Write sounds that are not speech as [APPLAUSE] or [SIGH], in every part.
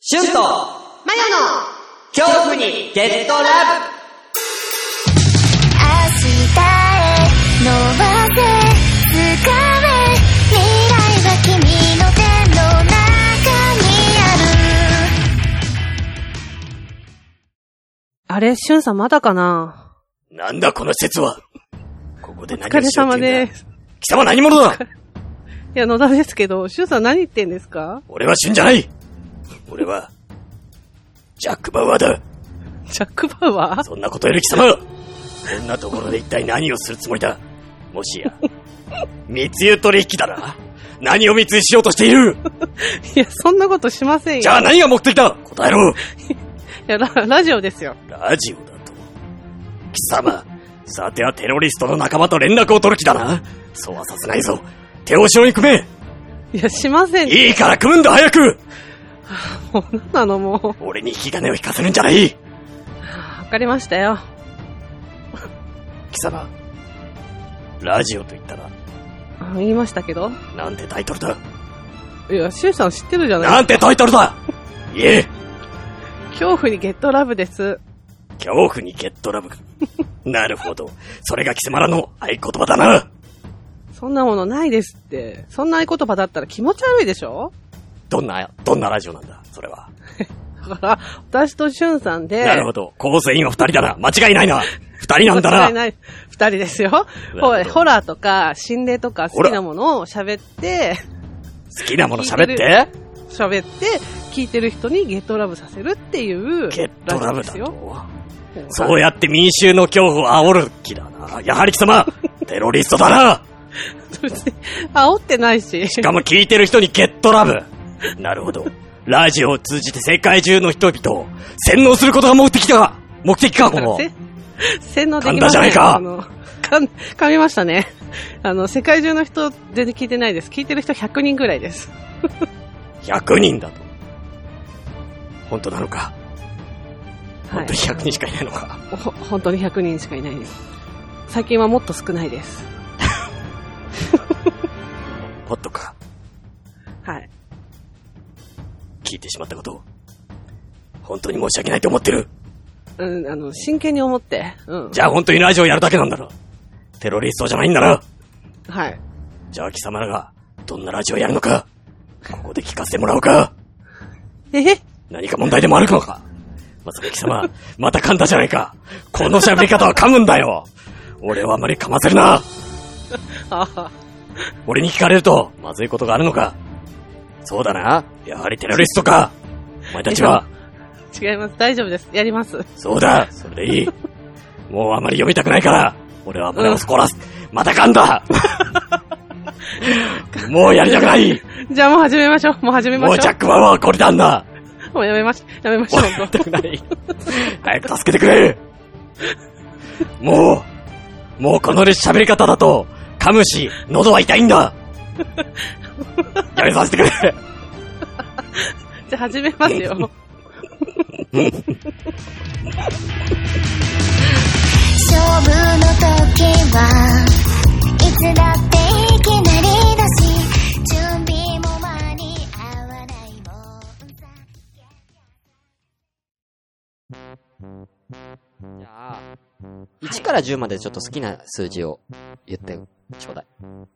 シュンとマヨの恐怖にゲットラブ明日へ伸ばせ掴め未来は君の手の中にあるあれ、しゅんさんまだかななんだこの施設はここでお何疲をれしようっ様ていうでんだす。貴様何者だいや、野田ですけど、しゅんさん何言ってんですか俺は死んじゃない俺は、ジャック・バウアーだジャック・バウアーそんなことより貴様こんなところで一体何をするつもりだもしや、密輸取引だな何を密輸しようとしているいや、そんなことしませんよ。じゃあ何が目的だ答えろいやラ、ラジオですよ。ラジオだと。貴様、さてはテロリストの仲間と連絡を取る気だなそうはさせないぞ手を後ろに組めいや、しません。いいから組むんだ早くもう、なんなのも。俺に引き金を引かせるんじゃないうわかりましたよ。貴様、ラジオと言ったら、あ言いましたけど。なんてタイトルだいや、しゅんさん知ってるじゃないなんてタイトルだいえ、恐怖にゲットラブです。恐怖にゲット [LAUGHS] ラブか。なるほど。それが貴様らの合言葉だな。そんなものないですって。そんな合言葉だったら気持ち悪いでしょどんな、どんなラジオなんだそれは。だから、私としゅんさんで。なるほど。構成員は二人だな。 [LAUGHS] 間違いないな。二人なんだ間違いな。ない。二人ですよ。ほどほらホラーとか、心霊とか好きなものを喋って、好きなもの喋聞っいてて。喋って、聞いてる人にゲットラブさせるっていう。ゲットラブだですよ。と。そう [LAUGHS] や。やって民衆の恐怖を煽る気だな。やはり貴 [LAUGHS] 様、テロリストだな。別に煽ってないし。 [LAUGHS] しかも聞いてる人にゲットラブ。なるほど。ラジオを通じて世界中の人々を洗脳することが目的だ目的か、この。せ [LAUGHS] 洗脳でき噛んだまじせゃんないかあの噛ん噛みましたね。あの、世界中の人全然聞いてないです。聞いてる人100人ぐらいです。 100人だと。本当なのかは本い当に100人しかいないのか、ほ本当に100人しかいないです。最近はもっと少ないです。もっとか。はい。聞いてしまったことを。本当に申し訳ないと思ってる。うん、あの、真剣に思って。うん。じゃあ本当にラジオやるだけなんだろ。テロリストじゃないんだな。はい。じゃあ貴様らが、どんなラジオやるのか、ここで聞かせてもらおうか。え何か問題でもあるのかまさか貴様、また噛んだじゃないか。この喋り方は噛むんだよ。俺はあまり噛ませるな。ああ俺に聞かれると、まずいことがあるのか。そうだな。やはりテロリストか。お前たちは。違います。大丈夫です。やります。そうだ。それでいい。もうあまり読みたくないから。俺は胸を凝らす。また噛 [LAUGHS] んだ。もうやりたくない。じゃあもう始めましょう。もう始めましもょう。うジャックマンはこれなんだ。もうやめまし、やめましょもうやりう。たくない。早く助けてくれもう、もうこの喋り方だと、噛むし、喉は痛いんだやめさせてくれじゃあ始めますよ。勝負の時はいつだっていきなりだし準備も間に合わないもんさじゃあ、1から10までちょっと好きな数字を言ってちょうだな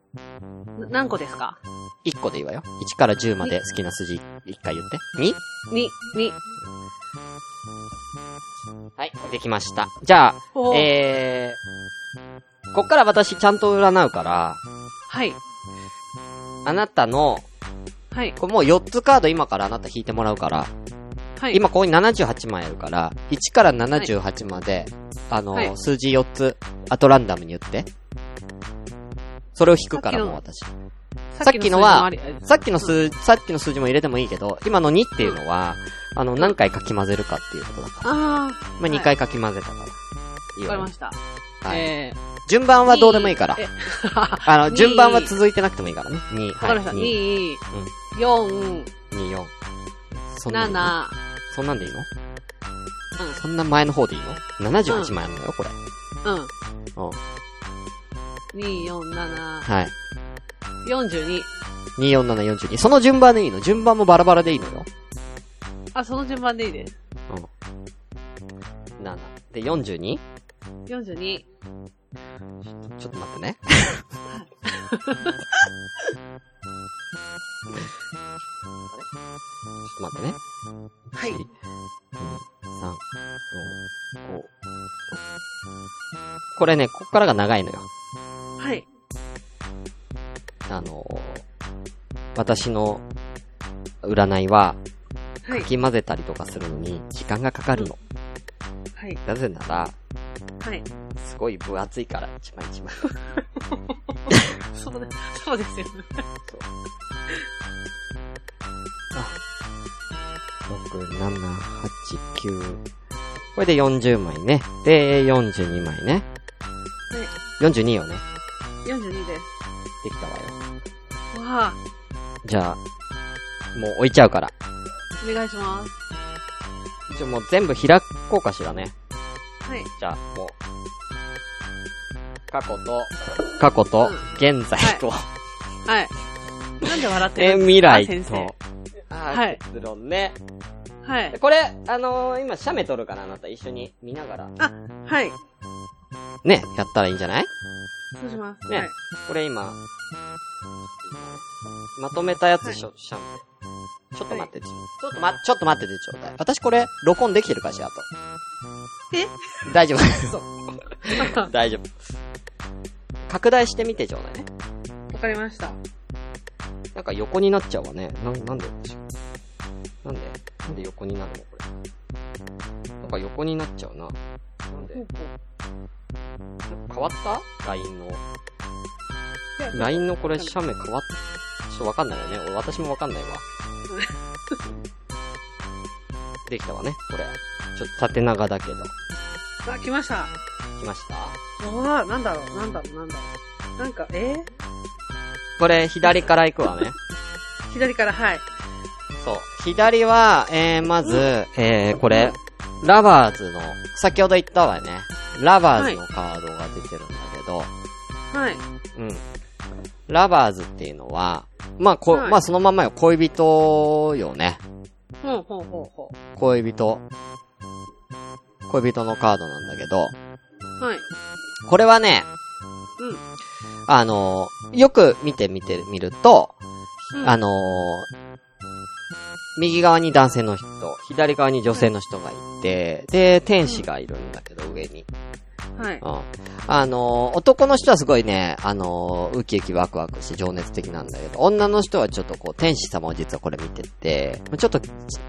何個ですかい。1個でいいわよ。1から10まで好きな数字1回言って。2? に、に、はい、できました。じゃあ、おーえー、こっから私ちゃんと占うから、はい、あなたの、はい、これもう4つカード今からあなた引いてもらうから、はい。今ここに78枚あるから、1から78まで、あの、はい数字4つ、あとランダムに言って。それを引くからさっきのもう私。さっきのはさっきの数、さっきの数字も入れてもいいけど、今の2っていうのは、あの、何回かき混ぜるかっていうことだから。あまあ、2回かき混ぜたから。いいよあ、わかりました。はい。えー順番はどうでもいいからえ。 [LAUGHS] あの、に順番は続いてなくてもいいからね。2、わかはりい。ました。 2、 2、4、 2、4。そんなんでいいの7、そんなんでいいのうんそんな前の方でいいの ?78 枚あるのよ、これ。うん。2、4、7、はい。 42。 24742。その順番でいいの順番もバラバラでいいのよ。あ、その順番でいいね。うん。7。で、42? 42。ちょっと待ってね。あれちょっと待ってね。はい1、2、3、4、5、6。これね、こっからが長いのよ。はい。あの私の占いは、はかい。き混ぜたりとかするのに時間がかかるの。はい。なぜなら、はい。すごい分厚いから、一枚一枚。そうだ、そうですよね。 6、7、8、9。これで40枚ね。で、42枚ね。42よね。 42でできたわよ。す。わあ、じゃあ、もう置いちゃうから。お願いします。一応もう全部開こうかしらね。はい。じゃあ、もう。過去と、過去と、現在と、はい。なんで笑ってでるんです未か来先生と。。あーはい結論ね。はい。これ、あのー、今、写メ撮るから、あなた一緒に見ながら。はい。ね、やったらいいんじゃないそうします。ねはい。これ今、まとめたやつしょ、しゃんで。ちょっと待ってて、ちょっとま、ちょっと待っててちょうだい。私これ、録音できてるかしらと。え大丈夫。そう [LAUGHS] 大丈夫。拡大してみてちょうだいね。わかりました。なんか横になっちゃうわね。なん、なんででしょうなんでなんで横になるのこれ。なんか横になっちゃうな。なんでなんか変わった ?LINE の。LINE のこれ、写メ変わったちょっとわかんないよね。俺、私もわかんないわ。 [LAUGHS] できたわね、これ。ちょっと縦長だけど。あ、来ました。来ましたわあ、なんだろう、なんだろう、なんだろう。なんか、えーこれ、左から行くわね。左から、はい。そう。左は、えー、まず、えー、これ、ラバーズの、先ほど言ったわよね。ラバーズのカードが出てるんだけど、はい。うん。ラバーズっていうのは、まあ、こ、はいまあ、そのまんまよ。恋人よね。ほうほうほうほ恋人。恋人のカードなんだけど、う。はい。これはね、うん。あのーよく見てみてみると、うんあのー右側に男性の人、左側に女性の人がいて、で、天使がいるんだけど、上に。はい。うん。あのー男の人はすごいね、あのーウキウキワクワクして情熱的なんだけど、女の人はちょっとこう、天使様を実はこれ見てて、ちょっと、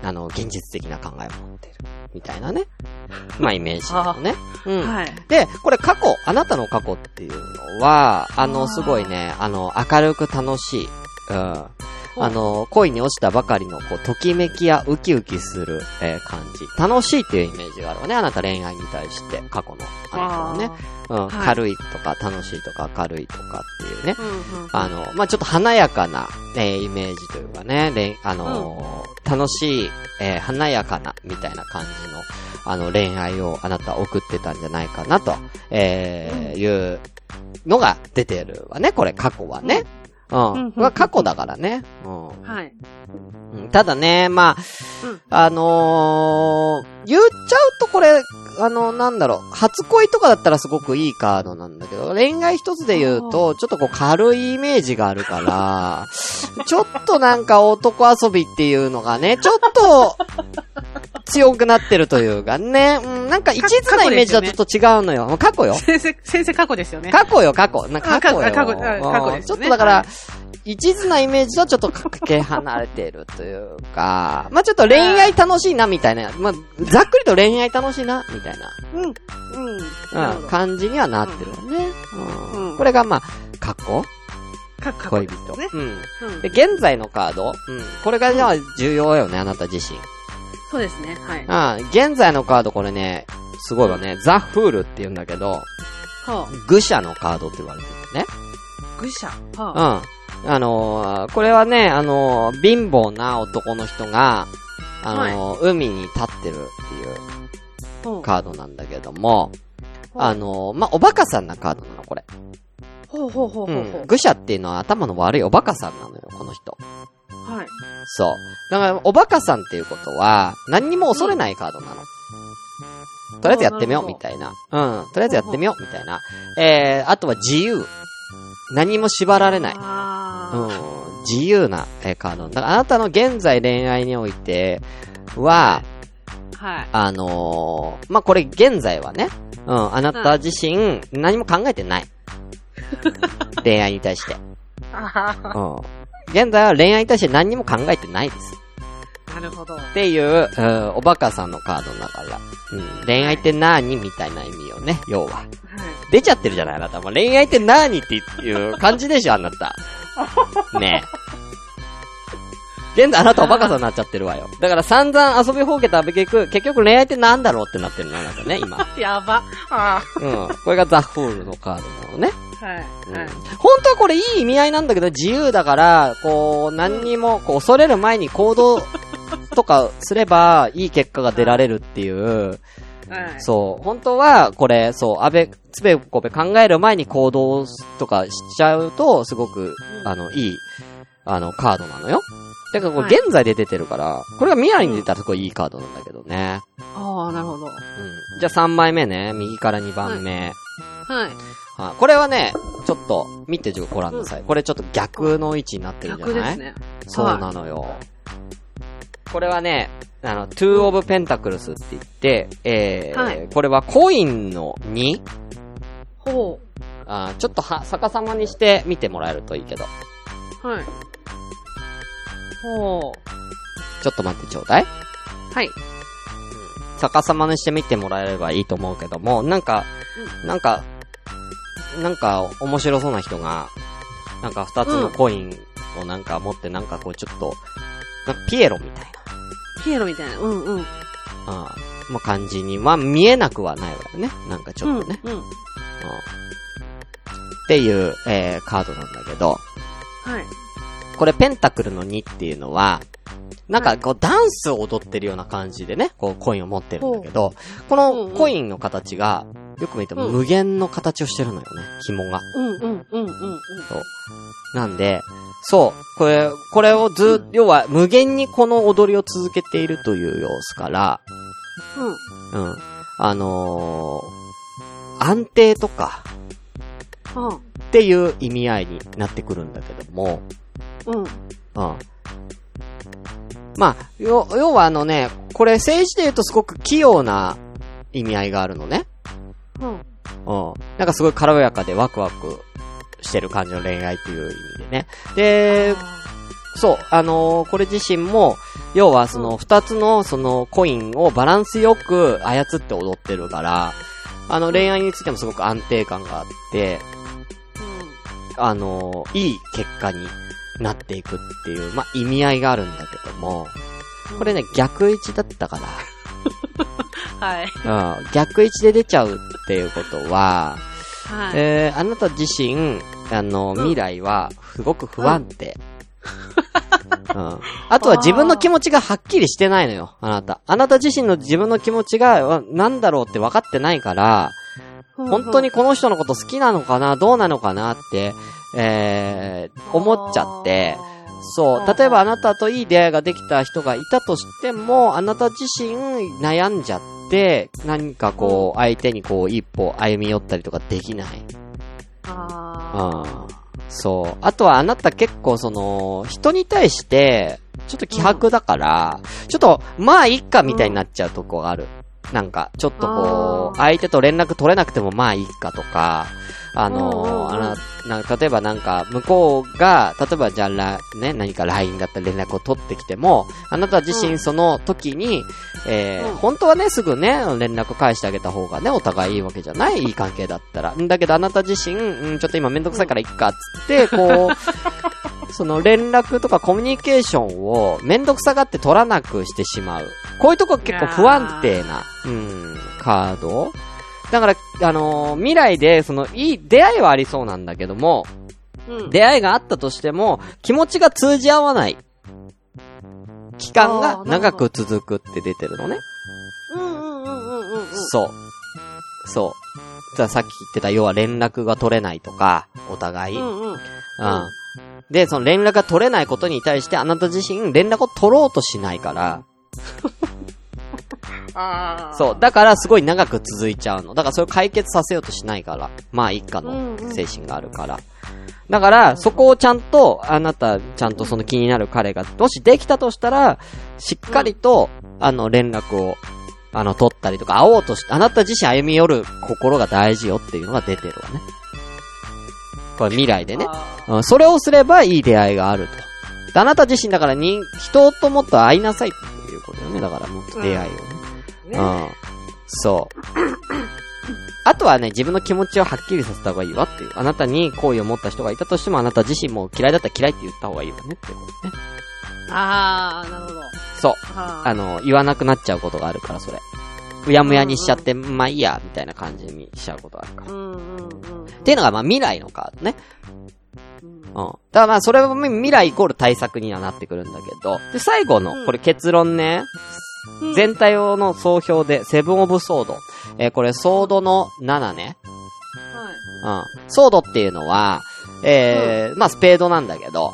あの、現実的な考えを持ってる。みたいなね。 [LAUGHS] まあ、イメージだよね。うん。はい。で、これ過去、あなたの過去っていうのは、ああの、ーすごいね、あの、明るく楽しい。うん。あの、恋に落ちたばかりの、こう、ときめきやウキウキする、えー感じ。楽しいっていうイメージがあるわね。あなた恋愛に対して、過去の。あなたはね。うはん。い軽いとか、楽しいとか、明るいとかっていうね。あー。うんうん。あの、まあ、ちょっと華やかな、えーイメージというかね、恋、あのー楽しい、えー華やかな、みたいな感じの、あの、恋愛をあなたは送ってたんじゃないかな、と、えーいうのが出てるわね、これ、過去はね。うん。うんうんこれは過去だからね。うん。はい。うんただね、まあうん、あのー、言っちゃうとこれ、あの、なんだろう、初恋とかだったらすごくいいカードなんだけど、恋愛一つで言うと、ちょっとこう軽いイメージがあるから、 [LAUGHS] ちょっとなんか男遊びっていうのがね、ちょっと、強くなってるというかね、うん、なんか一途なイメージとちょっと違うのよ。過去よ。先生、先生過去ですよね。 [LAUGHS] 過去よ、過去。な過あ去過去よ。あ過去あ過去うんですちょよっねとだかはら、一途なイメージとはちょっとかけ離れてるというか、まあちょっと恋愛楽しいなみたいな、まあざっくりと恋愛楽しいなみたいうん。うん。なるな、うん、ほど感じにはなってるよね。うんうんこれがまあ過去か過去恋で人すよね。。うん。うんで、。現在のカード、うん、これがじゃあ重要よね、あなた自身。そうですね。はい。あ現在のカードこれね、すごいわね、ザ・フールって言うんだけど、は愚者のカードって言われてるね。あ。愚者。はあ。うん。あのーこれはね、あのー貧乏な男の人が、あのー海に立ってるっていうほうカードなんだけども、ほうあのーまあ、おバカさんなカードなの、これ。ほうほうほうほううほん。う。愚者っていうのは頭の悪いおバカさんなのよ、この人。はい。そう。だから、おバカさんっていうことは、何にも恐れないカードなの。とりあえずやってみよあう、ーなるみほたいな。うん。とりあえずやってみよう、みたいな。えー、あとは自由。何も縛られない。あーうん。自由な、えーカード。だから、あなたの現在恋愛においては、はい。あのー、まあ、これ現在はね、うん、あなた自身何も考えてない。恋愛に対して。あうん。現在は恋愛に対して何にも考えてないです。ーなるほど。っていう、うん、おバカさんのカードだから。うん、恋愛って何みたいな意味よね、要は。出ちゃってるじゃない、あなた。もう恋愛って何っていう感じでしょ、あなた。ねえ。現在あなたおバカさんになっちゃってるわよ。だから散々遊びほうけた結局、結局恋愛って何だろうってなってるの、あなたね、今。 [LAUGHS] やば。あうん。これがザ・ホールのカードなのね。ーはい。うんはい。本当はこれいい意味合いなんだけど、自由だから、こう、何にも、こう、恐れる前に行動とかすれば、いい結果が出られるっていう、はい。そう、本当は、これ、そう、安倍、つべこべ考える前に行動とかしちゃうと、すごく、うんあの、いい、あの、カードなのよ。だから、これはい現在で出てるから、これが未来に出たらすごいいいカードなんだけどね。ああ、なるほど。うん。じゃあ3枚目ね、右から2番目。はい。はい。これはね、ちょっと、見てご覧なさい。これちょっと逆の位置になってるんじゃ逆ないですね。そうなのよ。これはね、あの、two of pentacles って言って、えーはいこれはコインの2、ほあーちょっとは、逆さまにして見てもらえるといいけど。う。はい。ほちょっと待ってちょうだい。う。はい。逆さまにして見てもらえればいいと思うけども、なんか、なんか、なんか面白そうな人が、なんか二つのコインをなんか持って、なんかこうちょっと、なんかピエロみたいな。ピエロみたいな。うんうん。ああ、まあ、感じに、まあ、見えなくはないわよね。なんかちょっとね。うん。うん。うんっていう、えー、カードなんだけど、はい。これペンタクルの2っていうのは、なんかはいこうダンスを踊ってるような感じでね、こうコインを持ってるんだけど、こうんのうんコインの形が、よく見てもうん無限の形をしてるのよね、紐が。うんうんうんうんうん。なんで、そう、これ、これをずっ、要は無限にこの踊りを続けているという様子から、うん。うん。あのー、安定とか、あっていう意味合いになってくるんだけども、うん。うん。まあ、よ、要はあのね、これ政治で言うとすごく器用な意味合いがあるのね。うん。うん。なんかすごい軽やかでワクワクしてる感じの恋愛っていう意味でね。で、そう、あのーこれ自身も、要はその二つのそのコインをバランスよく操って踊ってるから、あの恋愛についてもすごく安定感があって、あの、いい結果になっていくっていう、まあ、意味合いがあるんだけども、これね、逆位置だったかはい。ら、うん、逆位置で出ちゃうっていうことは、はい。えー、あなた自身、あの、未来は、すごく不安定。うん。あとは自分の気持ちがはっきりしてないのよ、あなた。あなた自身の自分の気持ちが、わなんだろうって分かってないから、本当にこの人のこと好きなのかなどうなのかなって、えー、思っちゃって、そう。例えばあなたといい出会いができた人がいたとしても、あなた自身悩んじゃって、何かこう、相手にこう、一歩歩み寄ったりとかできない。ああそう。あとはあなた結構その、人に対して、ちょっと気迫だから、ちょっと、まあ、いっかみたいになっちゃうとこがある。なんか、ちょっとこあう、ー相手と連絡取れなくてもまあいいかとか、あのーうんうんうんあな、なんか例えばなんか、向こうが、例えばじゃあら、ね、何か LINE だったら連絡を取ってきても、あなた自う身んその時に、えーうん本当はね、すぐね、連絡返してあげた方がね、お互いいいわけじゃないいい関係だったら。んだけどあなた自身、うん、ちょっと今めんどくさいからいっか、つって、こう、 [LAUGHS] その連絡とかコミュニケーションをめんどくさがって取らなくしてしまう。こういうとこ結構不安定な、うん、カードだから、あのー未来で、その、いい、出会いはありそうなんだけども、うん。出会いがあったとしても、気持ちが通じ合わない。期間が長く続くって出てるのね。うんうんうんうんうんうん。そう。そう。じゃあさっき言ってた、要は連絡が取れないとか、お互い。ううん。んうん。で、その連絡が取れないことに対してあなた自身連絡を取ろうとしないから、ああ。そう。だからすごい長く続いちゃうの。だからそれを解決させようとしないから。まあ一家の精神があるから。だから、そこをちゃんと、あなた、ちゃんとその気になる彼が、もしできたとしたら、しっかりと、あの、連絡を、あの、取ったりとか、会おうとして、あなた自身歩み寄る心が大事よっていうのが出てるわね。これ未来でね。あうん、それをすればいい出会いがあると。であなた自身だから人、人ともっと会いなさいっていうことよね。だからもっと出会いをね。ーうねん。そう。あとはね、自分の気持ちをはっきりさせた方がいいわっていう。あなたに好意を持った人がいたとしても、あなた自身も嫌いだったら嫌いって言った方がいいわねっていうことね。ああ、なるほど。そう。ああの、言わなくなっちゃうことがあるから、それ。うやむやにしちゃって、まあいいや、みたいな感じにしちゃうことがあるから。うっんうんうん。ていうのが、まあ未来のカードね。うんうん。だからまあ、それは未来イコール対策にはなってくるんだけど。で、最後うの、んこれ結論ね。全体をの総評で、セブンオブソード。えーこれ、ソードの7ね。はい。うん。ソードっていうのは、えーまあ、スペードなんだけど、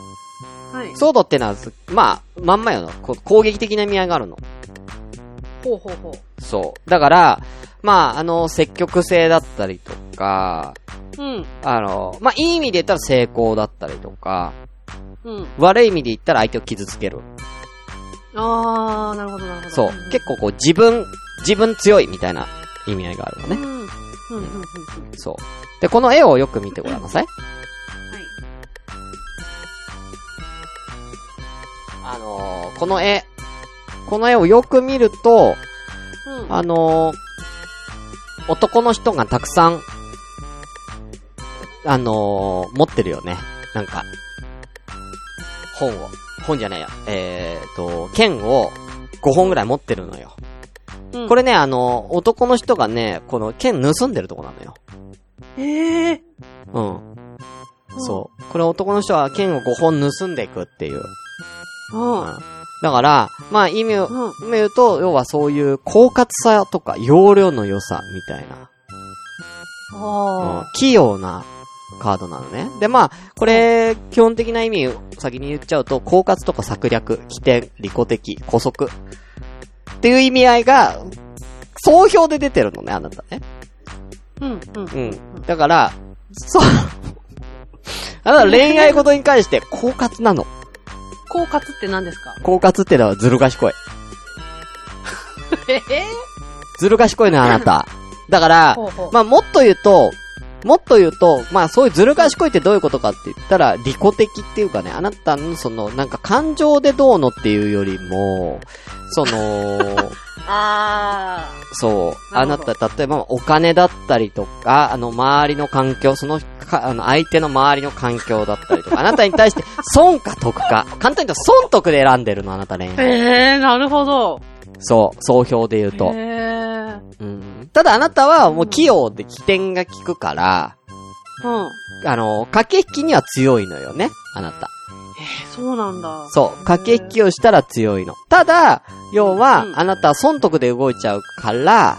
はい。ソードってのは、まあ、まんまよの、こう攻撃的な意味合いがあるの。ほうほうほそう。だから、まあ、あの、積極性だったりとか、う。うん。あの、まあ、いい意味で言ったら成功だったりとか、うん。悪い意味で言ったら相手を傷つける。ああ、なるほど、なるほど。そう。結構こう、自分、自分強いみたいな意味合いがあるのうね。ん。うん。うん。うん。うん。そう。で、この絵をよく見てごらんなさい。はい。あのーこの絵、この絵をよく見ると、うん。あのー男の人がたくさん、あのー持ってるよね。なんか、本を。本じゃないや。えーと、剣を5本ぐらい持ってるのよ。うんこれね、あのー男の人がね、この剣盗んでるとこなのよ。ええ。うん。そう。これ男の人は剣を5本盗んでいくっていう。うん。うん。だから、まあ意味を、うん。見ると、要はそういう狡猾さとか容量の良さみたいな、うんあ器用なカードなのね。で、まあ、これ、基本的な意味を先に言っちゃうと、狡猾とか策略、起点、利己的、古速。っていう意味合いが、総評で出てるのね、あなたね。あ。うん。うん。うん。だから、そう。 [LAUGHS] あなた恋愛事に関して、狡猾なの。狡猾って何ですか狡猾ってのはずる賢い。ええ。ずる賢いのよあなた。だから、 [LAUGHS] ほうほう。まあ、もっと言うと、もっと言うと、まあ、そういうずる賢いってどういうことかって言ったら、利己的っていうかね、あなたの、その、なんか感情でどうのっていうよりも、その、 [LAUGHS] あそう、あなるなほどた、例えばお金だったりとか、あの、周りの環境、その、かあの、相手の周りの環境だったりとか、あなたに対して、損か得か、簡単に言うと損得で選んでるの、あなたあ。ね。ええ、なるほど。そう、総評で言うとえ。うえ。ん、ただあなたは、もう器用で起点が効くから、うん。あの、駆け引きには強いのよね、あなた。ええ、そうなんだ。そう、駆け引きをしたら強いの。ただ、要はう、んあなたは損得で動いちゃうから、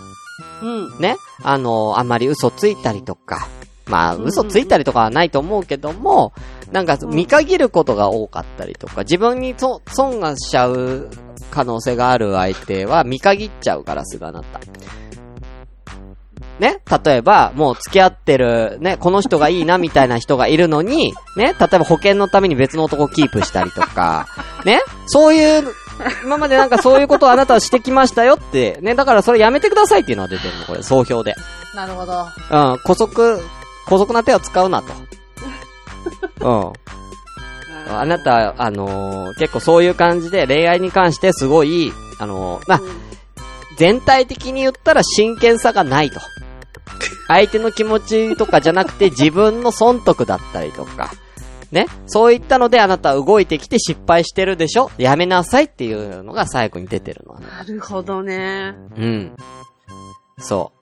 うん。ね、あの、あんまり嘘ついたりとか、まあ、うん嘘ついたりとかはないと思うけども、なんか、ん見限ることが多かったりとか、自分にそ損がしちゃう可能性がある相手は見限っちゃうから、すぐあなた。ね例えば、もう付き合ってる、ね、この人がいいなみたいな人がいるのに、ね例えば保険のために別の男をキープしたりとか、ねそういう、今までなんかそういうことをあなたはしてきましたよって、ね、だからそれやめてくださいっていうのは出てるの、これ、総評で。なるほど。うん、古速、古速な手を使うなと。うん。あなた、あのー結構そういう感じで恋愛に関してすごい、あのーまあう、ん、全体的に言ったら真剣さがないと。相手の気持ちとかじゃなくて自分の損得だったりとか。ね。そういったのであなたは動いてきて失敗してるでしょやめなさいっていうのが最後に出てるの。なるほどね。うん。そ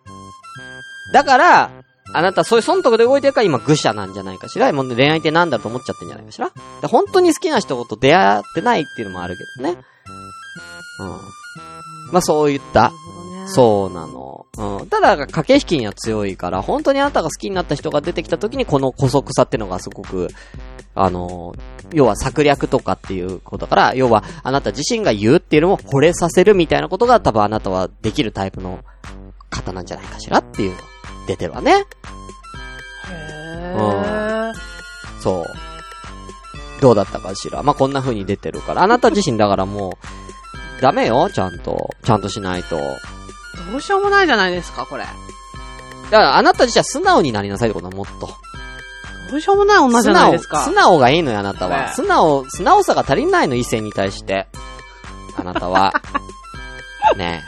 う。だから、あなたそういう損得で動いてるから今愚者なんじゃないかしら。もう恋愛ってなんだと思っちゃってんじゃないかしら。で本当に好きな人と出会ってないっていうのもあるけどね。うん。まあそういったなるほどね。そうなの。ううん。ただ、駆け引きには強いから、本当にあなたが好きになった人が出てきた時に、この古速さってのがすごく、あの、要は策略とかっていうことだから、要は、あなた自身が言うっていうのも惚れさせるみたいなことが、多分あなたはできるタイプの方なんじゃないかしらっていう、出てるわね。へそう。どうだったかしら。まあ、こんな風に出てるから。あなた自身だからもう、ダメよ、ちゃんと。ちゃんとしないと。ーどうしようもないじゃないですか、これ。だから、あなた自身は素直になりなさいってこともっと。どうしようもない女じ素ゃない直、ですか。素直がいいのよ、あなたねは。素直、素直さが足りないの、異性に対して。あなた [LAUGHS] は。ね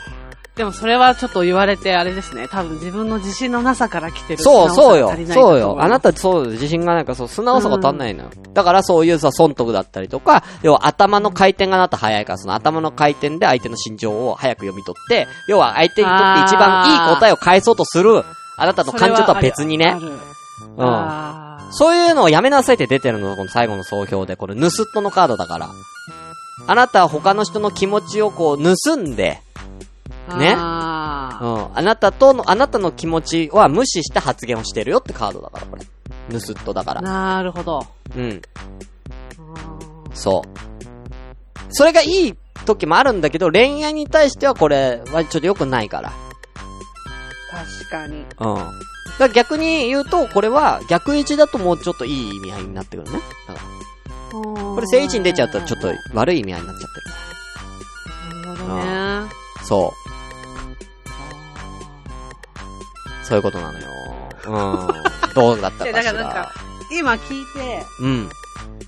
でもそれはちょっと言われてあれですね。多分自分の自信のなさから来てえ。る。そう、そうよ素直さが足り。ないんだとそ思うよ。あなた、そう、自信がないから、そう、素直さが足んないのよ。だから、そういうさ、損得だったりとか、要は頭の回転があなた早いから、その頭の回転で相手の心情を早く読み取って、要は相手にとって一番いい答えを返そうとする、あなたのそれ感は情とは別にあねる。うあるん。あーそういうのをやめなさいって出てるのがこの最後の総評で、これ、盗っ人のカードだから。あなたは他の人の気持ちをこう、盗んで、ねあうーん。あなたとの、あなたの気持ちは無視して発言をしてるよってカードだから、これ。盗っ人だから。なるほど。うん。あーそう。それがいい時もあるんだけど、恋愛に対してはこれはちょっと良くないから。確かうに。ん。だから逆に言うと、これは逆位置だともうちょっといい意味合いになってくるね。だからここれ正位置に出ちゃうとちょっと悪い意味合いになっちゃってる。なるほどね。あそう。ーそういうことなのよ。うん。どうだ [LAUGHS] ったかしら。いやだからなんか今聞いて、うん。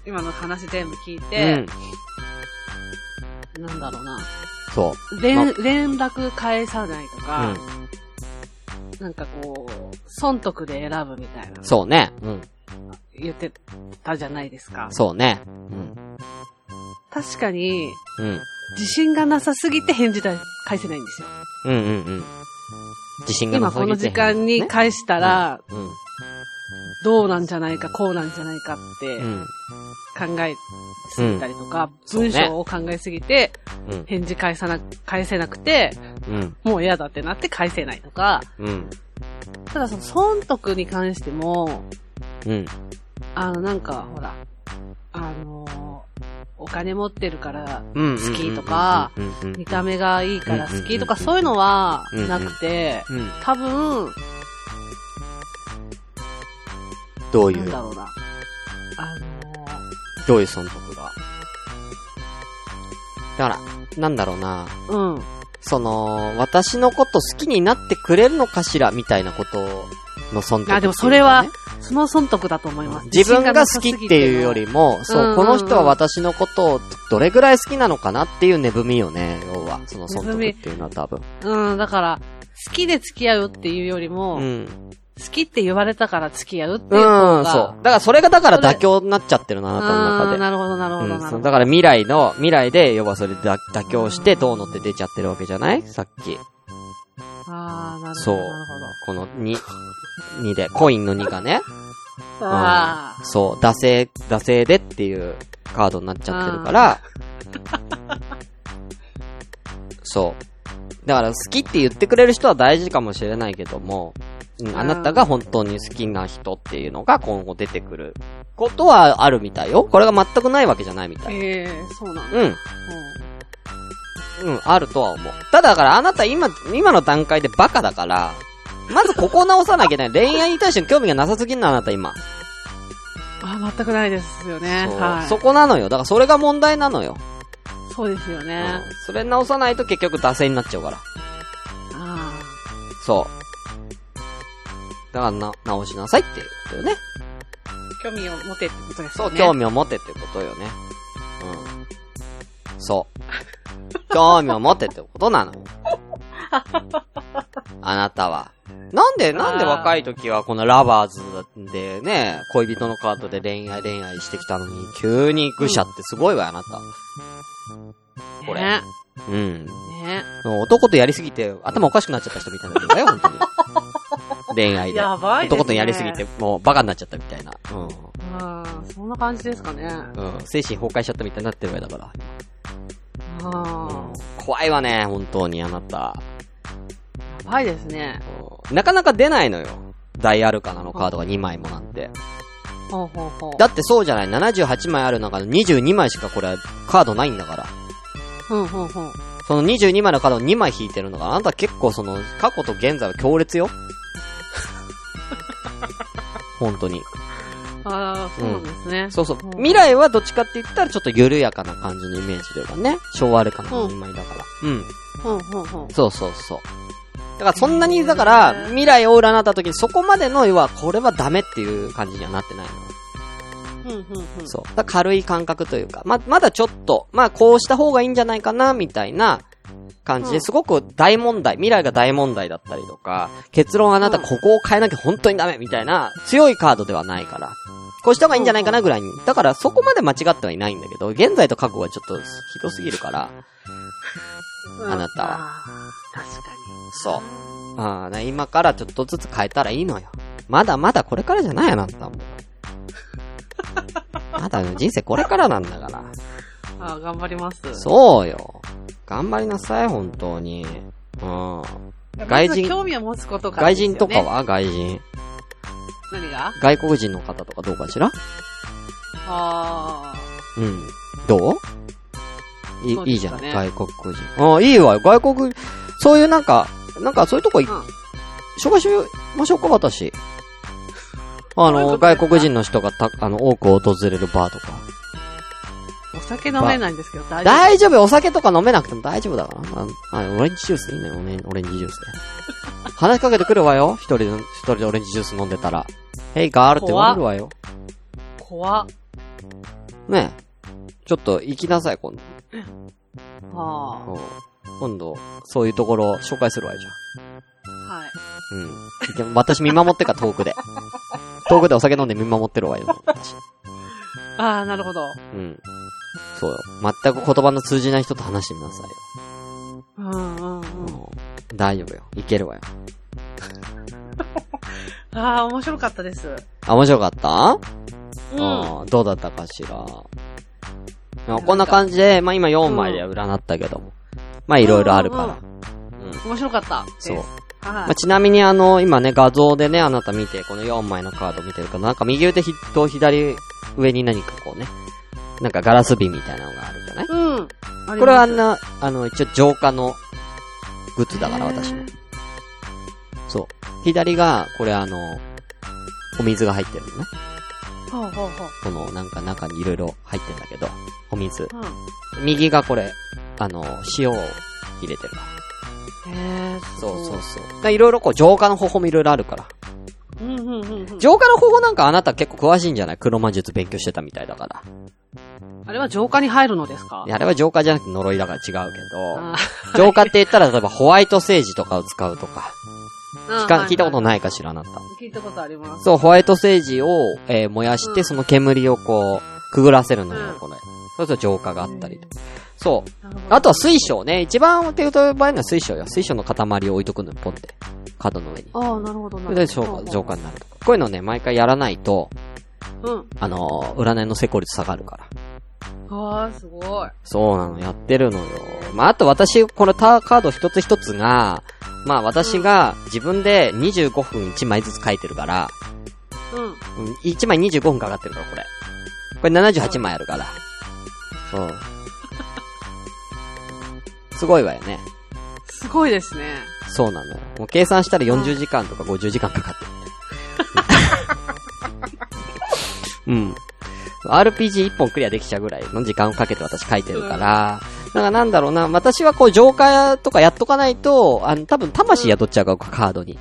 今の話全部聞いうてん、。なんだろうな。そう。連ま、連絡返さないとうか、ん。なんかこう、損得で選ぶみたいな、そうね。うん。言ってたじゃないですか。そうね。うん。確かに、うん。自信がなさすぎて返事だ返せないんですよ。うんうんうん。自信がな今さこすぎての時間にね返したら、うん。どうなんじゃないか、こうなんじゃないかってうん。考えすぎたりとか、そうね文章を考えすぎて、うん。返事返さな、返せなくて、うん。もう嫌だってなって返せないとか、うん。ただその損得に関しても、うん。あの、なんか、ほら、あのーお金持ってるから、うん。好きとかうん、うん。見た目がいいから好きうんうんとか、うんうんそういうのはなくて、うん。多分、どういなんだう、ろうな。あのどういう損得が。だから、なんだろうな。ー、うん。その、私のこと好きになってくれるのかしらみたいなことの損得っていうかね。あでもそれはその損得だと思います。自分が好きっていうよりも。も、そう、うんうんうんこの人は私のことをどれぐらい好きなのかなっていうぶみよね、要は。その損得っていうのは多分。うん、だから、好きで付き合うっていうよりも、うん。好きって言われたから付き合うっていうう方が。ん、そう。だからそれがだからそれ妥協になっちゃってるの、あなたの中あーで。なるほど、なるほど、なうん、るほそうど。だから未来の、未来で、要はそれで妥妥協してどうのって出ちゃってるわけじゃないさっき。ああ、なるほそうど、なるほこど。。の2、2で、コインの2がね、あそう、惰性、惰性でっていうカードになっちゃってるから、 [LAUGHS] そう。だから好きって言ってくれる人は大事かもしれないけども、うん、あなたが本当に好きな人っていうのが今後出てくることはあるみたいよ。これが全くないわけじゃないみあ、たい。ええそうなんだ。うん。うん、あるとは思う。ただだからあなた今、今の段階でバカだから、まずここを直さなきゃいけない。恋愛に対しての興味がなさすぎるのあなた今。あ、全くないですよね。そうはい。そそこなのよ。だからそれが問題なのよ。うですよね。うんそれ直さないと結局惰性になっちゃうから。あそう。だからな、直しなさいっていうことよね。あ、興味を持てってことですそよう、ね。興味を持てってことよね。うん。そう。興味を持てってことなのよ。あなたは。なんで、なんで若い時はこのラバーズでね、恋人のカードで恋愛恋愛してきたのに、急に愚者ってすごいわよ、あなこれね。た。うん。ねもう男とやりすぎて、頭おかしくなっちゃった人みたいなんだよ、本当 [LAUGHS] に。恋愛で。やばいですね男とやりすぎて、もうバカになっちゃったみたいな。うん。ああ、そんな感じですかね。あうん。精神崩壊しちゃったみたいになってるわけだから。あ、怖いわね、本当に、あなた。やばいですね。なかなか出ないのよ。大アルカナのカードが2枚もなんて。ほうほうほう。だってそうじゃない。78枚ある中の22枚しかこれ、カードないんだから。うんほうほう。その22枚のカードを2枚引いてるのが、あなた結構その、過去と現在は強烈よ。 [LAUGHS] 本当に。ああ、そうなんですね。そうそううん。未来はどっちかって言ったらちょっと緩やかな感じのイメージというかね。昭和アルカナの2枚だから。うん。ほうほうほう。そうそうそう。だからそんなに、だから、未来を占った時にそこまでの、要は、これはダメっていう感じにはなってないの。うんうんうん。そう。だから軽い感覚というか、ま、まだちょっと、まあこうした方がいいんじゃないかな、みたいな感じうで、んすごく大問題、未来が大問題だったりとか、結論あなたうんここを変えなきゃ本当にダメ、みたいな強いカードではないから、こうした方がいいんじゃないかなぐらいに、だからそこまで間違ってはいないんだけど、現在と過去はちょっとひどすぎるから、うんあなたはあー確かそう。ああ、な今からちょっとずつ変えたらいいのよ。まだまだこれからじゃないよ、あな [LAUGHS] たも。まだ人生これからなんだから。に。ああ、頑張ります。そうよ。頑張りなさい、本当に。うん。外人まず興味を持つことから外ですよ人ねとかは外人。何が外国人の方とかどうかしらああ。うん。どういいそうですかいねいじゃない外国人。ああ、いいわよ。外国、そういうなんか、なんかそういうとこい、うん紹介しましょうか、 [LAUGHS] 私。あどういうの、ことですか外国人の人がた、あの、多く訪れるバーとか。お酒飲めないんですけど、大丈大丈夫お酒とか飲めなくても大丈夫だから。ああオレンジジュースいいね、オレンオレンジジュースね。話しかけてくるわよ。一人で、一人でオレンジジュース飲んでたら。ヘイガールって言われるわよ。夫怖っ。ねえ。ちょっと行きなさい、今あ度。今度、そういうところ紹介するわよ、じゃあ。はい。あ。うん。でも私見守ってか、遠く [LAUGHS] で。遠くでお酒飲んで見守ってるわよ、私。ああ、なるほど。うん。そうよ。全く言葉の通じない人と話してみなさいよ。うんうんうん。うん、大丈夫よ。いけるわよ。ああ、面白かったです。あ、面白かったうん。あーどうだったかしら。まあこんな感じで、まあ今4枚で占ったけども。まあいろいろあるから。うん面白かったです。そう。はまあちなみにあの、今ね、画像でね、あなた見て、この4枚のカード見てるけど、なんか右腕ひと左上に何かこうね、なんかガラス瓶みたいなのがあるじゃないい。うん。これはありんな、あの、一応浄化のグッズだからへー私の。そう。左が、これあの、お水が入ってるのね。ます、ほうほうほう。このなんか中にいろいろ入ってんだけど、お水。う右がこれ、あの、塩を入れてるから。ん。へえ。そうそうそう。だからいろいろこう浄化の方法もいろいろあるから。う。うんうんうんうん。浄化の方法なんかあなた結構詳しいんじゃない黒魔術勉強してたみたいだから。あれは浄化に入るのですかいやあれは浄化じゃなくて呪いだから違うけあど、 [LAUGHS] 浄化って言ったら例えばホワイトセージとかを使うとか、ー聞か聞いたことい。ないかしらあなた。聞いたことあります。そう、ホワイトセージを、えー燃やして、うんその煙をこう、くぐらせるのうよ、んこれ。そうすると浄化があったりとか。そう。なるほどあとは水晶ね。一番手を取る場合には水晶よ。水晶の塊を置いとくのよ、ポンって。カードの上に。ああ、なるほどなそるほれど。で浄化、浄化になるとか。こういうのね、毎回やらないと、うん。あのー占いの成功率下がるから。ああ、すごい。そうなの、やってるのよ。まあ、あと私、このターカード一つ一つが、まあ私が自分で25分1枚ずつ書いてるから、うん。うん1枚25分かかってるから、これ。これ78枚あるから。そう。すごいわよね。すごいですね。そうなのよ。もう計算したら40時間とか50時間かか [LAUGHS] ってる。うん。RPG1 本クリアできちゃうぐらいの時間をかけて私書いてるから、だからなんだろうな、私はこう浄化とかやっとかないと、あの、多分魂宿っちゃうから、カードに。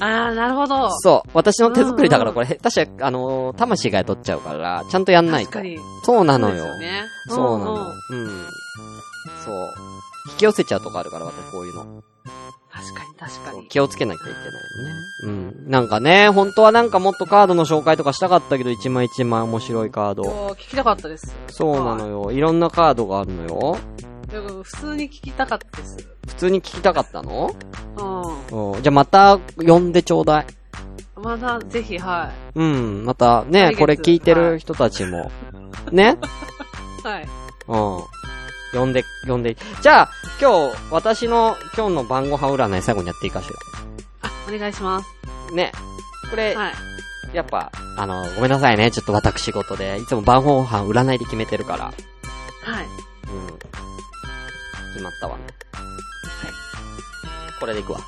ああ、なるほど。そう。私の手作りだからうんこれ、確か、あのー、魂が宿っちゃうから、ちゃんとやんない確とか。に。そうなのそうですよよ。ね。そうなうんのうん。。うん。そう。引き寄せちゃうとこあるから、私こういうの。確かに、確かに。気をつけなきゃいけないよね。うん。なんかね、本当はなんかもっとカードの紹介とかしたかったけど、一枚一枚面白いカード。そう聞きたかったです。そうなのよ。いろんなカードがあるのよ。でも普通に聞きたかったです。普通に聞きたかったのううん。じゃあまた呼んでちょうだい。ん。まだ、ぜひ、はうん。またね来、月これ聞いてる人たちも。ねい。はい。うん。呼んで、呼んで、じゃあ、今日、私の今日の晩ご飯占い最後にやっていいかしあ、お願いします。ら。ね。これ、はい。やっぱ、あの、ごめんなさいね。ちょっと私事で。いつも晩ご飯占いで決めてるから。はい。うん。決まったわね。これでいくわ。はい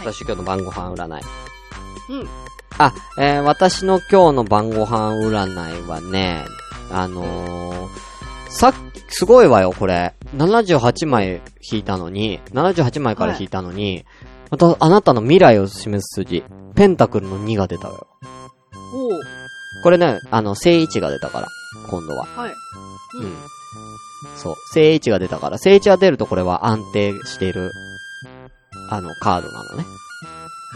私今日の晩ご飯占い。うん。あ、えー私の今日の晩ご飯占いはね、あのー、さっき、すごいわよ、これ。78枚引いたのに、78枚から引いたのに、また、あなたの未来を示す数字、ペンタクルの2が出たわよ。おー。これね、あの、正位置が出たから、今度は。はい。ううんん。。そう。正位置が出たから、正位置が出るとこれは安定している、あの、カードなのね。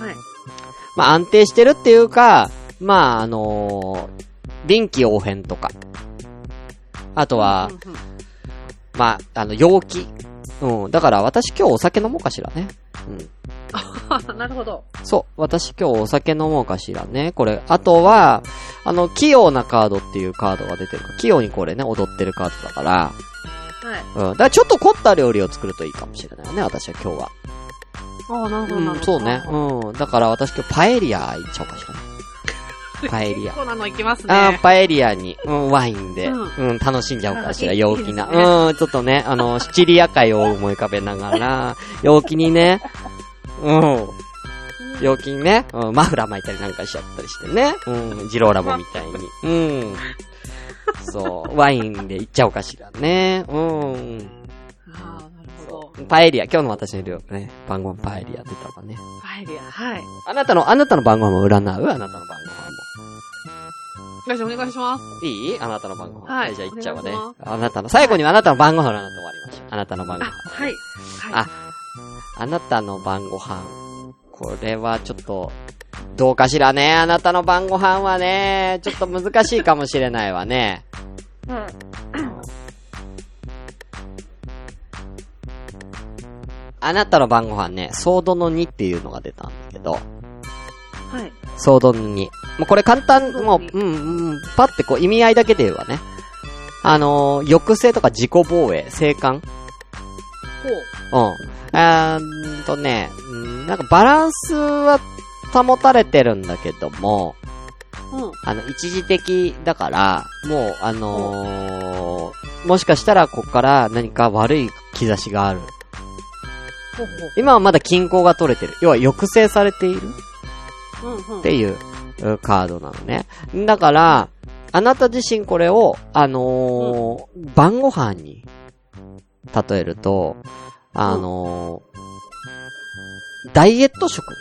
はい。まあ、安定してるっていうか、まあ、あのー臨機応変とか。あとはう、んうんうんまあ、あの、陽気。うん。だから私今日お酒飲もうかしらね。うん。あ [LAUGHS] なるほど。そう。私今日お酒飲もうかしらね。これ。あとは、あの、器用なカードっていうカードが出てるから。器用にこれね、踊ってるカードだから。はい。うん。だからちょっと凝った料理を作るといいかもしれないよね、私は今日は。ああ、なるほど、なうるん、ほそど。う [LAUGHS] ね。うん。だから私今日パエリア行っちゃおうかしらね。パエリア結。構なのいきますね。あーパエリアに、うん、ワインで、ううん、楽しんじゃおうかしら、あいい陽気いいですな。うん、ちょっとね、あの、シチリア海を思い浮かべなが [LAUGHS] ら、陽気にね、うん、うん陽気にね、うん、マフラー巻いたりなんかしちゃったりしてね、うん、ジローラボみたいに、うん。そう、ワインで行っちゃおうかしらね、うん。ああ、なるほど。パエリア、今日の私の料理ね、晩ご飯パエリア出たわね。パエリア、はい。あなたの、あなたの晩ご飯も占うあなたの晩ご飯も。大丈夫お願いします。いいあなたの番号。はいじゃあ行っちゃうわねお願いし。あなたの、最後にはあなたの番号の占って終わりましょう。あなたの番あ、号。はい。はあ、あなたの晩ご飯。これはちょっと、どうかしらね。あなたの晩ご飯はね、ちょっと難しいかもしれないわね。い。うんあなたの晩ご飯ね、ソードの2っていうのが出たんだけど、はい。ソードの2。もうこれ簡単、ソーもドのう、二うん、うん、パってこう意味合いだけで言うわね。あのー、抑制とか自己防衛、生還ほう。うん。あーんとね、うんなんかバランスは保たれてるんだけども、うん。あの、一時的だから、もう、あのーもしかしたらここから何か悪い兆しがある。ほう今はまだ均衡が取れてる。要は抑制されているほう。うんうん。っていううカードなのね。だから、あなた自身これを、あのー晩ご飯に、例えると、あのーダイエット食ね。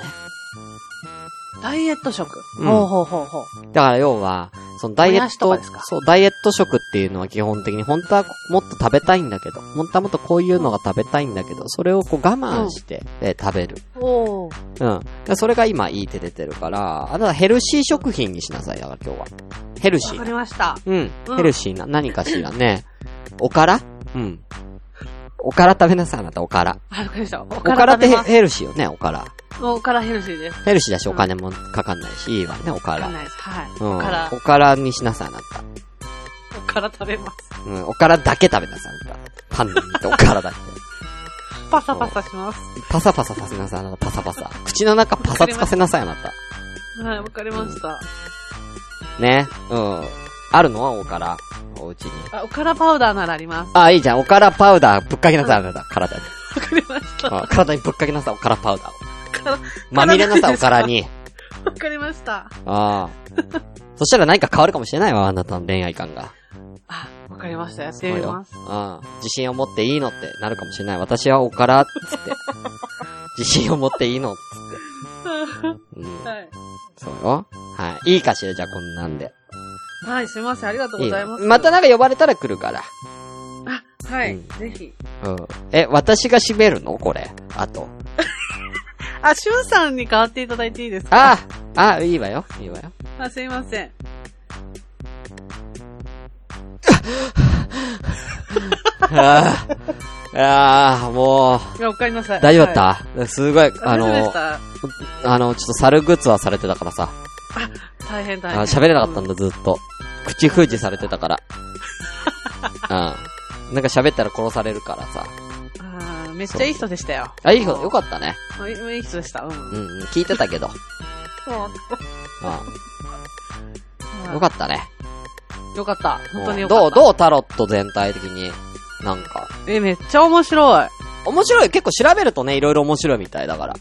ダイエット食。うんほうほうほうほう。だから要は、そのダイエもやッしとトかですか、そう、ダイエット食っていうのは基本的に、本当はもっと食べたいんだけど、本当はもっとこういうのが食べたいんだけど、それをこう我慢して、えー食べる。おお。うん。でそれが今いい手出てるから、あなたヘルシー食品にしなさい、だから今日は。ヘルシわーかなりました。うん。うんヘルシーな、何かしらね。おからうん。おから食べなさい、あなた、おから。あ、わかりました。おおかかららっ食てべヘます。ヘルシーよね、おから。おからヘルシーです。ヘルシーだし、うんお金もかかんないし、いいわね、おかわからら。ないです。はい。うん。おからおからにしなさい、あなた。おから食べます。うん。おからだけ食べなさい、あなた。パンにっておから [LAUGHS] だけ。パサパサします。パサパサさせなさい、あなた、パサパサ。口の中パサつかせなさい、あなた。はい、わかりました。ね。うん。あるのはおから。お家に。あ、おからパウダーならあります。あ、いいじゃん。おからパウダーぶっかけなさい、あなた。体に。わかりました。う [LAUGHS] わん体にぶっかけなさい、おからパウダーを。からわまみれなさい、おからに。かりました。ああ。そしたら何か変わるかもしれないわ、あなたの恋愛観が。あ、わかりました。やってみます。そうよああ自信を持っていいのってなるかもしれない。私はおから、つっ [LAUGHS] て。自信を持っていいのっつって。うん。はい。そうよ。はい。いいかしら、じゃあこんなんで。はい、すいません。ありがとうございます。いいまたなんか呼ばれたら来るから。あ、はい、うんぜひ。うん。え、私が締めるのこれ。あと。あ、しゅんさんに代わっていただいていいですあかあああいいわよ。いいわよ。あすいません。ああ。ああ、もう、いや、おかえりなさい。大丈夫だった、すごい、はい、ああのの、あの、ちょっと猿グッズはされてたからさ。大変大あ変。喋れなかったんだ。だ、[LAUGHS] ずっと。口封じされてたから。うん。なんか喋ったら殺されるからさ。あーめっちゃいい人でしたよ。あ、いい人、よかったね。もういいい人でした。うん。うんうん、聞いてたけど。もうん。うよかったね。よかった。本当によかどっう、た。どうタロット全体的に。なんか。え、めっちゃ面白い。面白い、結構調べるとね、いろいろ面白いみたいだから。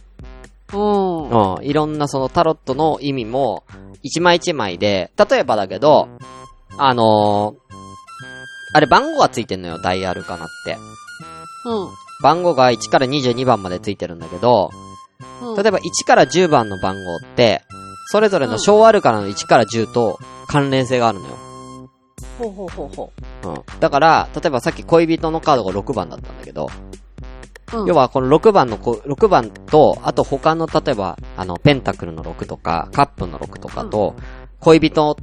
うん。うん。いろんなそのタロットの意味も、一枚一枚で、例えばだけど、あのーあれ番号がついてんのよ、ダイヤルかなって。う番号が1から22番までついてるんだけど、ん。例えば1から10番の番号って、それぞれの小アルカナの1から10と関連性があるのよ。ほうほうほうほうん。だから、例えばさっき恋人のカードが6番だったんだけど、う。うん。要はこの6番のこ、6番と、あと他の例えば、あの、ペンタクルの6とか、カップの6とかと、恋人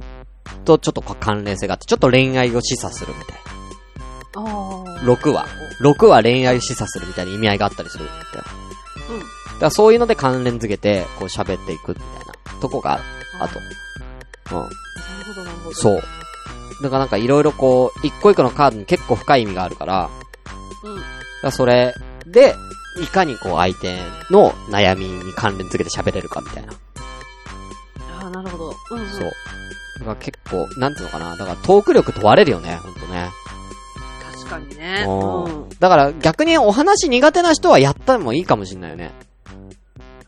とちょっと関連性があって、ちょっと恋愛を示唆するみたいあーな。6は。6は恋愛を示唆するみたいな意味合いがあったりするみたいな。だうん。からそういうので関連付けて、こう喋っていくみたいなとこがある。あと。うん。なるほど、なるほど。そう。だからなんかいろいろこう、一個一個のカードに結構深い意味があるから、うん。だからそれで、いかにこう相手の悩みに関連付けて喋れるかみたいな。ああ、なるほど。うん、うん。そう。だから結構、なんていうのかな。だからトーク力問われるよね、ほんとね。確かにね。ううん。だから逆にお話苦手な人はやったのもいいかもしんないよね。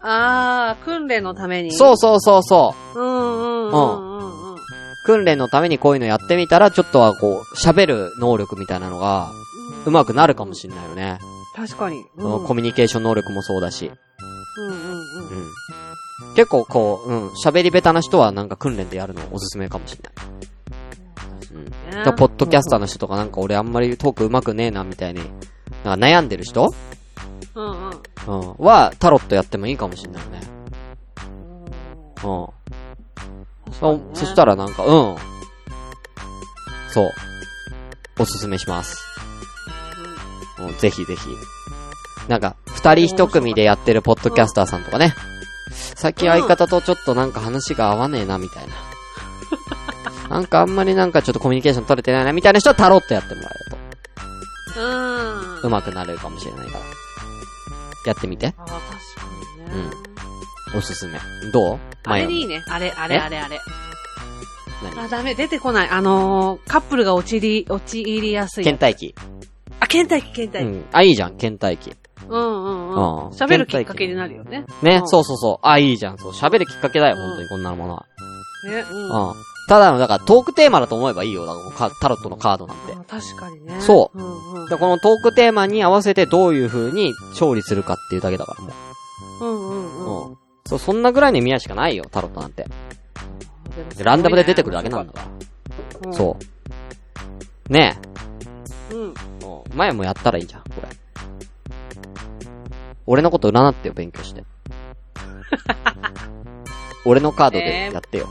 ああ、訓練のために。そうそうそうそう。う。うんうんうんうんうん。訓練のためにこういうのやってみたら、ちょっとはこう、喋る能力みたいなのが、うまくなるかもしんないよね。確かに。うそのんコミュニケーション能力もそうだし。うんうんうん。うん。結構こう、うん、喋り下手な人はなんか訓練でやるのおすすめかもしれない。うん。だからポッドキャスターの人とかなんか俺あんまりトーク上手くねえなみたいに、なんか悩んでる人うんううん。ん。は、タロットやってもいいかもしれないよね。うん。そそしたら。らなんか、うん。そう。おすすめします。うん、ぜひぜひ。なんか、二人一組でやってるポッドキャスターさんとかね。最近相方とちょっとなんか話が合わねえな、みたいな。 [LAUGHS] なんかあんまりなんかちょっとコミュニケーション取れてないな、みたいな人はタロットやってもらえるうん。と、うまくなれるかもしれないから。やってみて。ああ、確かうにんね。おすすめ。どうあれマでいヨいね。あれ、あれ、えあれ、あれ。何あ、ダメ、出てこない。あのー、カップルが陥り、陥りやすい。倦怠期。あ、倦怠期、倦う怠期。ん。あ、いいじゃん、倦怠期。うんうんうんうん。喋るきっかけになるよね。ね、うんそうそうそう。あ、いいじゃん。そう、喋るきっかけだよ、うん本当にこんなものは。ね、うん。うん。ただの、だからトークテーマだと思えばいいよ。だからもうかタロットのカードなんて。あ確かにね。。そううんうん。で、このトークテーマに合わせてどういう風に勝利するかっていうだけだから、もうんうんうん。う。うん。そう、そんなぐらいの意味合いしかないよ、タロットなんて。ランダムで出てくるだけなんだかうら。ん。そう。ねうん。え。うん。前もやったらいいじゃん、これ。俺のこと占ってよ、勉強 [LAUGHS] して。俺のカードでやってよ。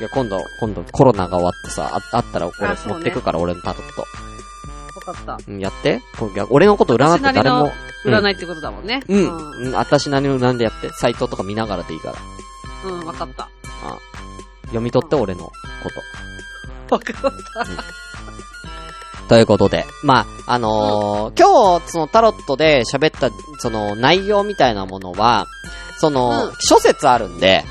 いや、今度、今度コロナが終わってさ、ああったらこれあそうね持ってくから、俺のタロット。よかった。うん、やって。こういや俺のこと占って誰も。占いってことだもんね。ううんん。うん。私なりのなんでやって。サイトとか見ながらでいいから。うん、わかった。あ読み取って俺のこわかった。と。ということで。まあ、あのー今日、そのタロットで喋った、その内容みたいなものは、その、うん諸説あるんで、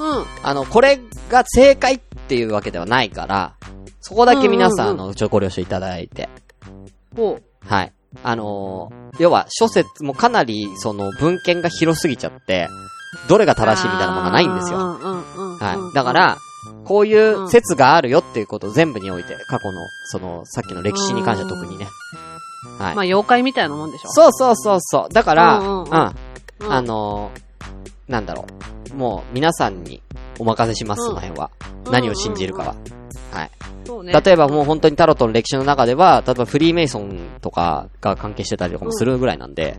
うん。あの、これが正解っていうわけではないから、そこだけ皆さん、うんうんあの、ちょ、ご了承いただいて。ほはい。あのー要は、諸説もかなり、その、文献が広すぎちゃって、どれがう。正しいみたいなものがないんですよ。うんうんうんうん。はい。だか、ら、こういう説があるよっていうことを全部において、過去の、その、さっきの歴史に関しては特にね。はい。まあ、妖怪みたいなもんでしょ。そうそうそうそう。だから、うんうんうんうん。あうん。のーなんだろう。もう、皆さんにお任せします、うんその辺は。うん何を信じるかは。はい。そうね。例えばもう本当にタロットの歴史の中では、例えばフリーメイソンとかが関係してたりとかもするぐらいなんで、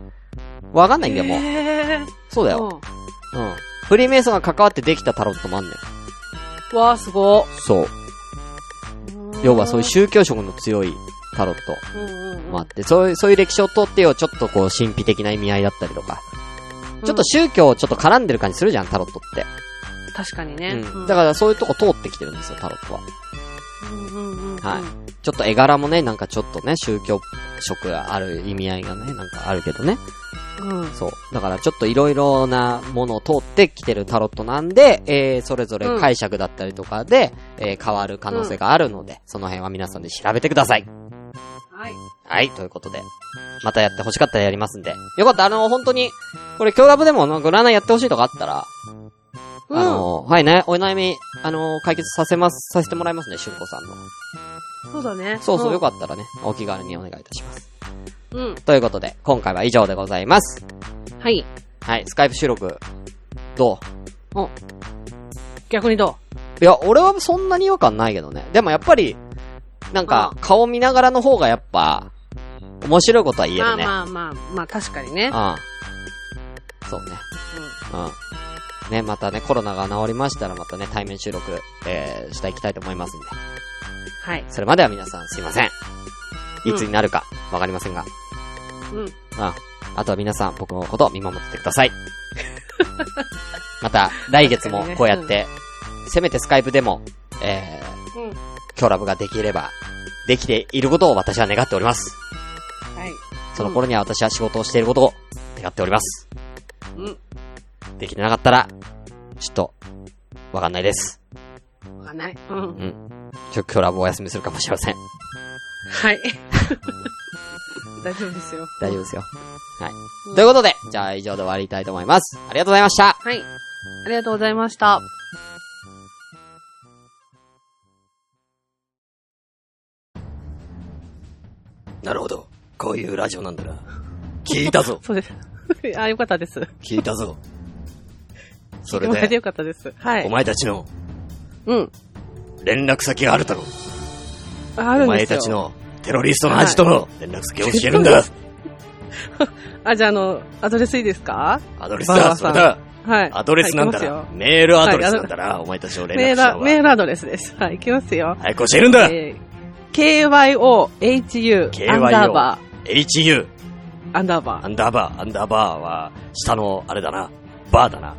わかんないんだよ、もう。へーそうだよ。うん。フリーメイソンが関わってできたタロットもあんねん。うんわあ、すごそう。要はそういう宗教色の強いタロット。うんうんうんもあって、そういう、そういう歴史を通ってよ、ちょっとこう、神秘的な意味合いだったりとか、ちょっと宗教ちょっと絡んでる感じするじゃん、タロットって。確かにね。うん。だからそういうとこ通ってきてるんですよ、タロットは。ううんうんうん。はい。ちょっと絵柄もね、なんかちょっとね、宗教色がある意味合いがね、なんかあるけどね。うん。そう。だからちょっといろいろなものを通ってきてるタロットなんで、えー、それぞれ解釈だったりとかで、えー変わる可能性があるので、その辺は皆さんで調べてください。はい。はい、ということで。またやって欲しかったらやりますんで。よかった、あの、本当に、これ、今日ラブでも、なんか占いやってほしいとかあったら、うんあの、はいね、お悩み、あの、解決させます、させてもらいますね、しゅんこさんの。そうだね。そうそう、よかかったらね、お気軽にお願いいたします。った。うん。ということで、今回は以上でございます。はい。はい、スカイプ収録、ど逆にどういや、俺はそんなに違和感ないけどね。でもやっぱり、なんかう、顔見ながらの方がやっぱ、面白いことはう言えまるあね。まあまあ、まあ確かにね。うん。そうね。うん。ね、またね、コロナが治りましたら、またね、対面収録、えー、していきたいと思いますんで。はい。それまでは皆さんすいません。うんいつになるか、わかりませんが。うん。うん。あとは皆さん、僕のこと見守っててください。 [LAUGHS] また、来月もこうやって、せめてスカイプでも、えー、うん。今日ラブができれば、できていることを私は願っております。はい。その頃には私は仕事をしていることを願っております。うできてなかったら、ちょっと、わかんないです。ん。わかんない。うん。ちょ、今日ラブお休みするかもしれません。はい。 [LAUGHS] 大丈夫ですよ。大丈夫ですよ。はい。ということで、じゃあ以上で終わりたいと思います。ありがとうございました。はい。ありがとうございました。なるほど。こういうラジオなんだな。聞いたぞ。そうです。あ、よかったです。聞いたぞ。そ [LAUGHS] れもらえてで、よかったです。はい。お前たちのうん。連絡先があるだろう。あるおんで前すよ。たち。のテロリストのアジトの連絡先を教えるんだは。あ、じゃあ、あの、アドレスいいですかアドレスバーバだ、ーそさんれだ。はい。アドレスなんだはいな行。きますよメールアドレスなんだな。お前たちのメ連ール、絡先メは。ールアドレスです。はい、いきますよ。早く教えるんだ。えー、kyohu, アンダーバ HU、ー、アンダーバアー。ンダーバー、アンダーバーは、下の、あれだな。バーだな。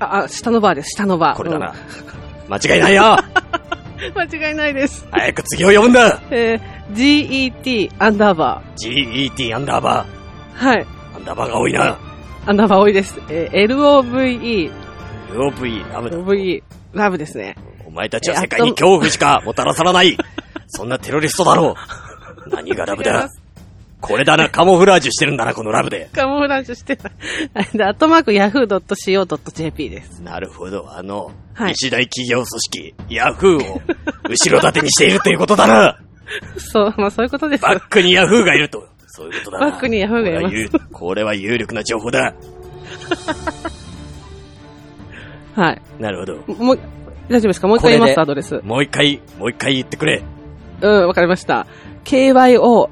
あ、あ、下のバーです、下のバー。これだな。間違いな [LAUGHS] いようん。間違いないです。早く次を読むんだえー、get, アンダーバ !GET アンダーバー。はい。ー。アンダーバーが多いな。アンダーバー多いです。えー、love, LOV、ラブだ。 love, ラブですね。お前たちは世界に恐怖しかもたらさらない。そんなテロリストだろ [LAUGHS] う。何がラブ違いだますこれだな、カモフラージュしてるんだな、このラブで。カモフラージュしてた。 [LAUGHS] で、アットマーク yahoo.co.jp です。なるほど、あの、はい一大企業組織、ヤフーを後ろ盾にしているということだ [LAUGHS] な。そう、まあそういうことです。バックにヤフーがいると。そういうことだな。バックにヤフーがいますこれは有これは有力な情報だ。はい。なるほど。もう、大丈夫ですかもう一回言いまこす、れでアドレス。もう一回、もう一回言ってくれ。うん、わかりました。kyohu,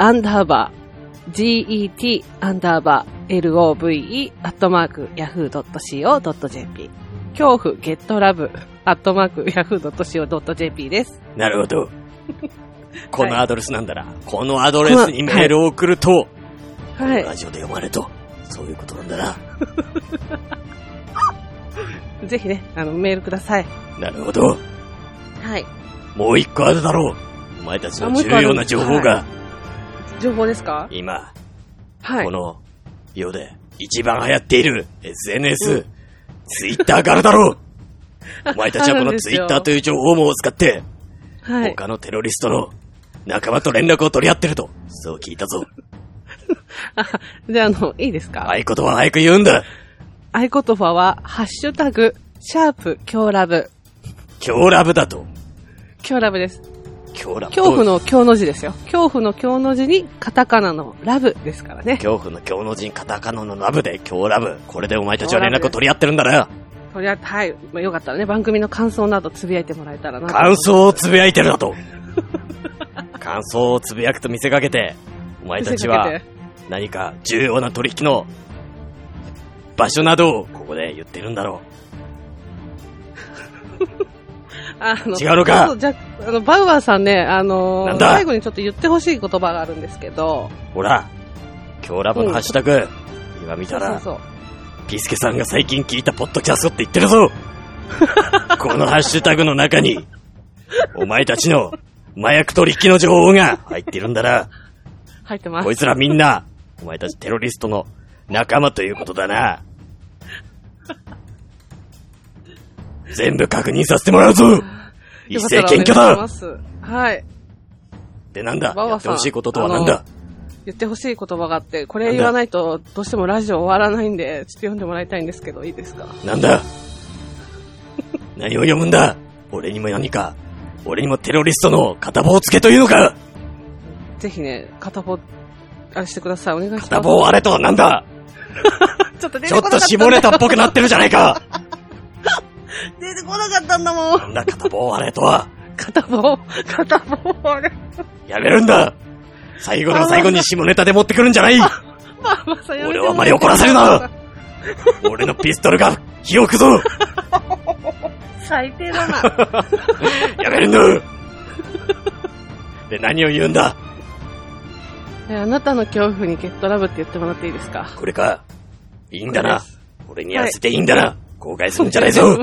アンダーバー、get, アンダーバー、love, アットマーク yahoo.co.jp。恐怖、ゲットラブ、アットマーク yahoo.co.jp です。なる [LAUGHS] ほど。このアドレスなんだな。このアドレスにメールを送ると、はい。ラジオで読まれと。そういうことなんだな。ぜひね、あの、メールください。なるほど。はい。もう一個あるだろう。お前たちの重要な情報が、情報ですか今、はいこ。の世で一番流行っている SNS、ツイッターがある [LAUGHS] だろう。お前たちはこあるんのでツすイよッターという情報網を使って、はい。他のテロリストの仲間と連絡を取り合ってると、そう聞いたぞ。あじゃあ、あの、いいですか合言葉は早く言うんだ。合言葉は、ハッシュタグ、シャープ、今日ラブ。今日ラブだと。今日ラブです。今日ラブと恐怖。の今日の字ですよ。恐怖の今日の字に、カタカナのラブですからね。恐怖の今日の人カタカナのラブで今日ラブ。これでお前たちは連絡を取り合ってるんだな。とりあえず、はい。まあ、よかったらね、番組の感想などつぶやいてもらえたらな。[LAUGHS] 感想をつぶやいてるだと。感想をつぶやくと見せかけて、お前たち見せはかけて何か重要な取引の場所などをここで言ってるんだろあの違うのかそうじゃあの、バウアーさんね、あのなんー、だ最後にちょっと言ってほしい言葉があるんですけど、う。ほら、今日ラブのハッシュタグ、今見たら、そうそうピスケさんが [LAUGHS] 最近聞いたポッドキャストって言ってるぞこのハッシュタグの中に、お前たちの麻薬取引の情報が入ってるんだな。 [LAUGHS] 入ってますこい。つらみんな、お前たちテロリストの仲間ということ [LAUGHS] だな。全部確認させてもらうぞ一斉検挙よかだったらお願いしますはい。ってなんだバオやさんってほしいこととはなんだ言ってほしい言葉があって、これ言わないと、どうしてもラジオ終わらないんで、ちょっと読んでもらいたいんですけど、いいですかなんだ何を読むんだ俺にも何か俺にもテロリストの片棒付けというのかぜひね、片棒、あれしてください。お願いします。片棒あれとはなんだちょっと出ちてょこなかっとった。下ネタっぽくなってるじゃな [LAUGHS] いか出てこなかったんだも。なんんだ片棒あれとは片棒、片棒、あれ。やめるんだ最後の最後に下ネタで持ってくるんじゃないまあまあ、さやめて俺をあまり怒らせるな俺のピストルが火を吹くぞ最低だな。 [LAUGHS] やめるんだで、何を言うんだえあなたの恐怖にゲットラブって言ってもらっていいですかこれか。いいんだこれなで。俺にやらせていいんだな。後悔するんじゃない [LAUGHS] ぞ。お願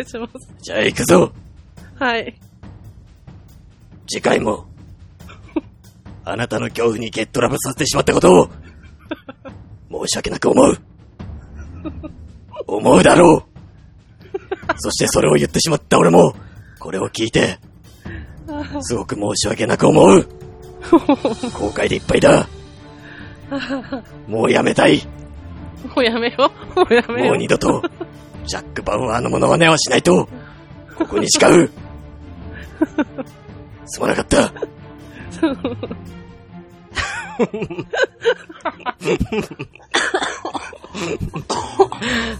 いします。じゃあ行くぞ。はい。次回も。 [LAUGHS] あなたの恐怖にゲットラブさせてしまったことを、申し訳なく思う。思うだろう。そしてそれを言ってしまった俺も、これを聞いて、すごく申し訳なく思う。後悔でいっぱいだ。もうやめたい。もうやめよう。もうやめよもう二度と、ジャック・バウアーのモノマネはしないと、ここに誓う。すまなかった。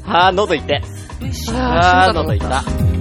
あー、喉痛い。ああーー、死んだと喉思っ痛たい。